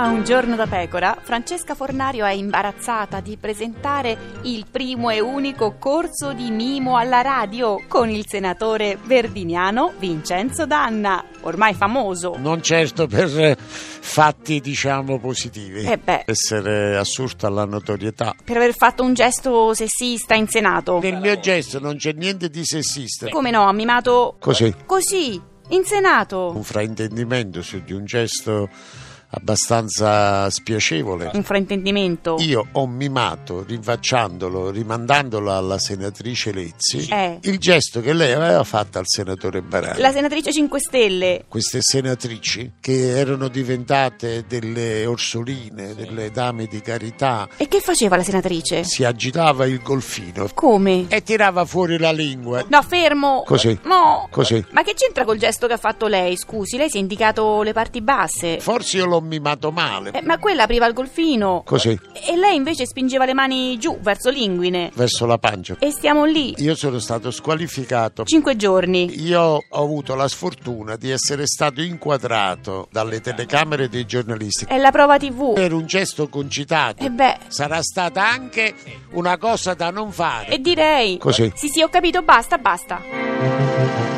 A un giorno da pecora, Francesca Fornario è imbarazzata di presentare il primo e unico corso di mimo alla radio con il senatore verdiniano Vincenzo Danna, ormai famoso. Non certo per fatti, diciamo, positivi. Eh beh. Essere assurta alla notorietà. Per aver fatto un gesto sessista in Senato. Nel mio gesto non c'è niente di sessista. Come no, ha mimato Così, così, in Senato. un fraintendimento su di un gesto abbastanza spiacevole. Un fraintendimento. Io ho mimato, rinfacciandolo, rimandandolo alla senatrice Lezzi, Eh. il gesto che lei aveva fatto al senatore Barani. La senatrice 5 Stelle. queste senatrici che erano diventate delle orsoline, delle dame di carità, E che faceva la senatrice? si agitava il golfino Come? e tirava fuori la lingua. No, fermo. Così. No. Così. Ma che c'entra col gesto che ha fatto lei? Scusi, lei si è indicato le parti basse. Forse io l'ho mimato male. Eh, ma quella apriva il golfino. Così, E lei invece spingeva le mani giù, verso l'inguine. verso la pancia. E stiamo lì. Io sono stato squalificato. Cinque giorni. Io ho avuto la sfortuna di essere stato inquadrato dalle telecamere dei giornalisti È la prova TV. per un gesto concitato. E beh. Sarà stata anche una cosa da non fare. E direi. Così. Sì, sì, ho capito, basta, basta.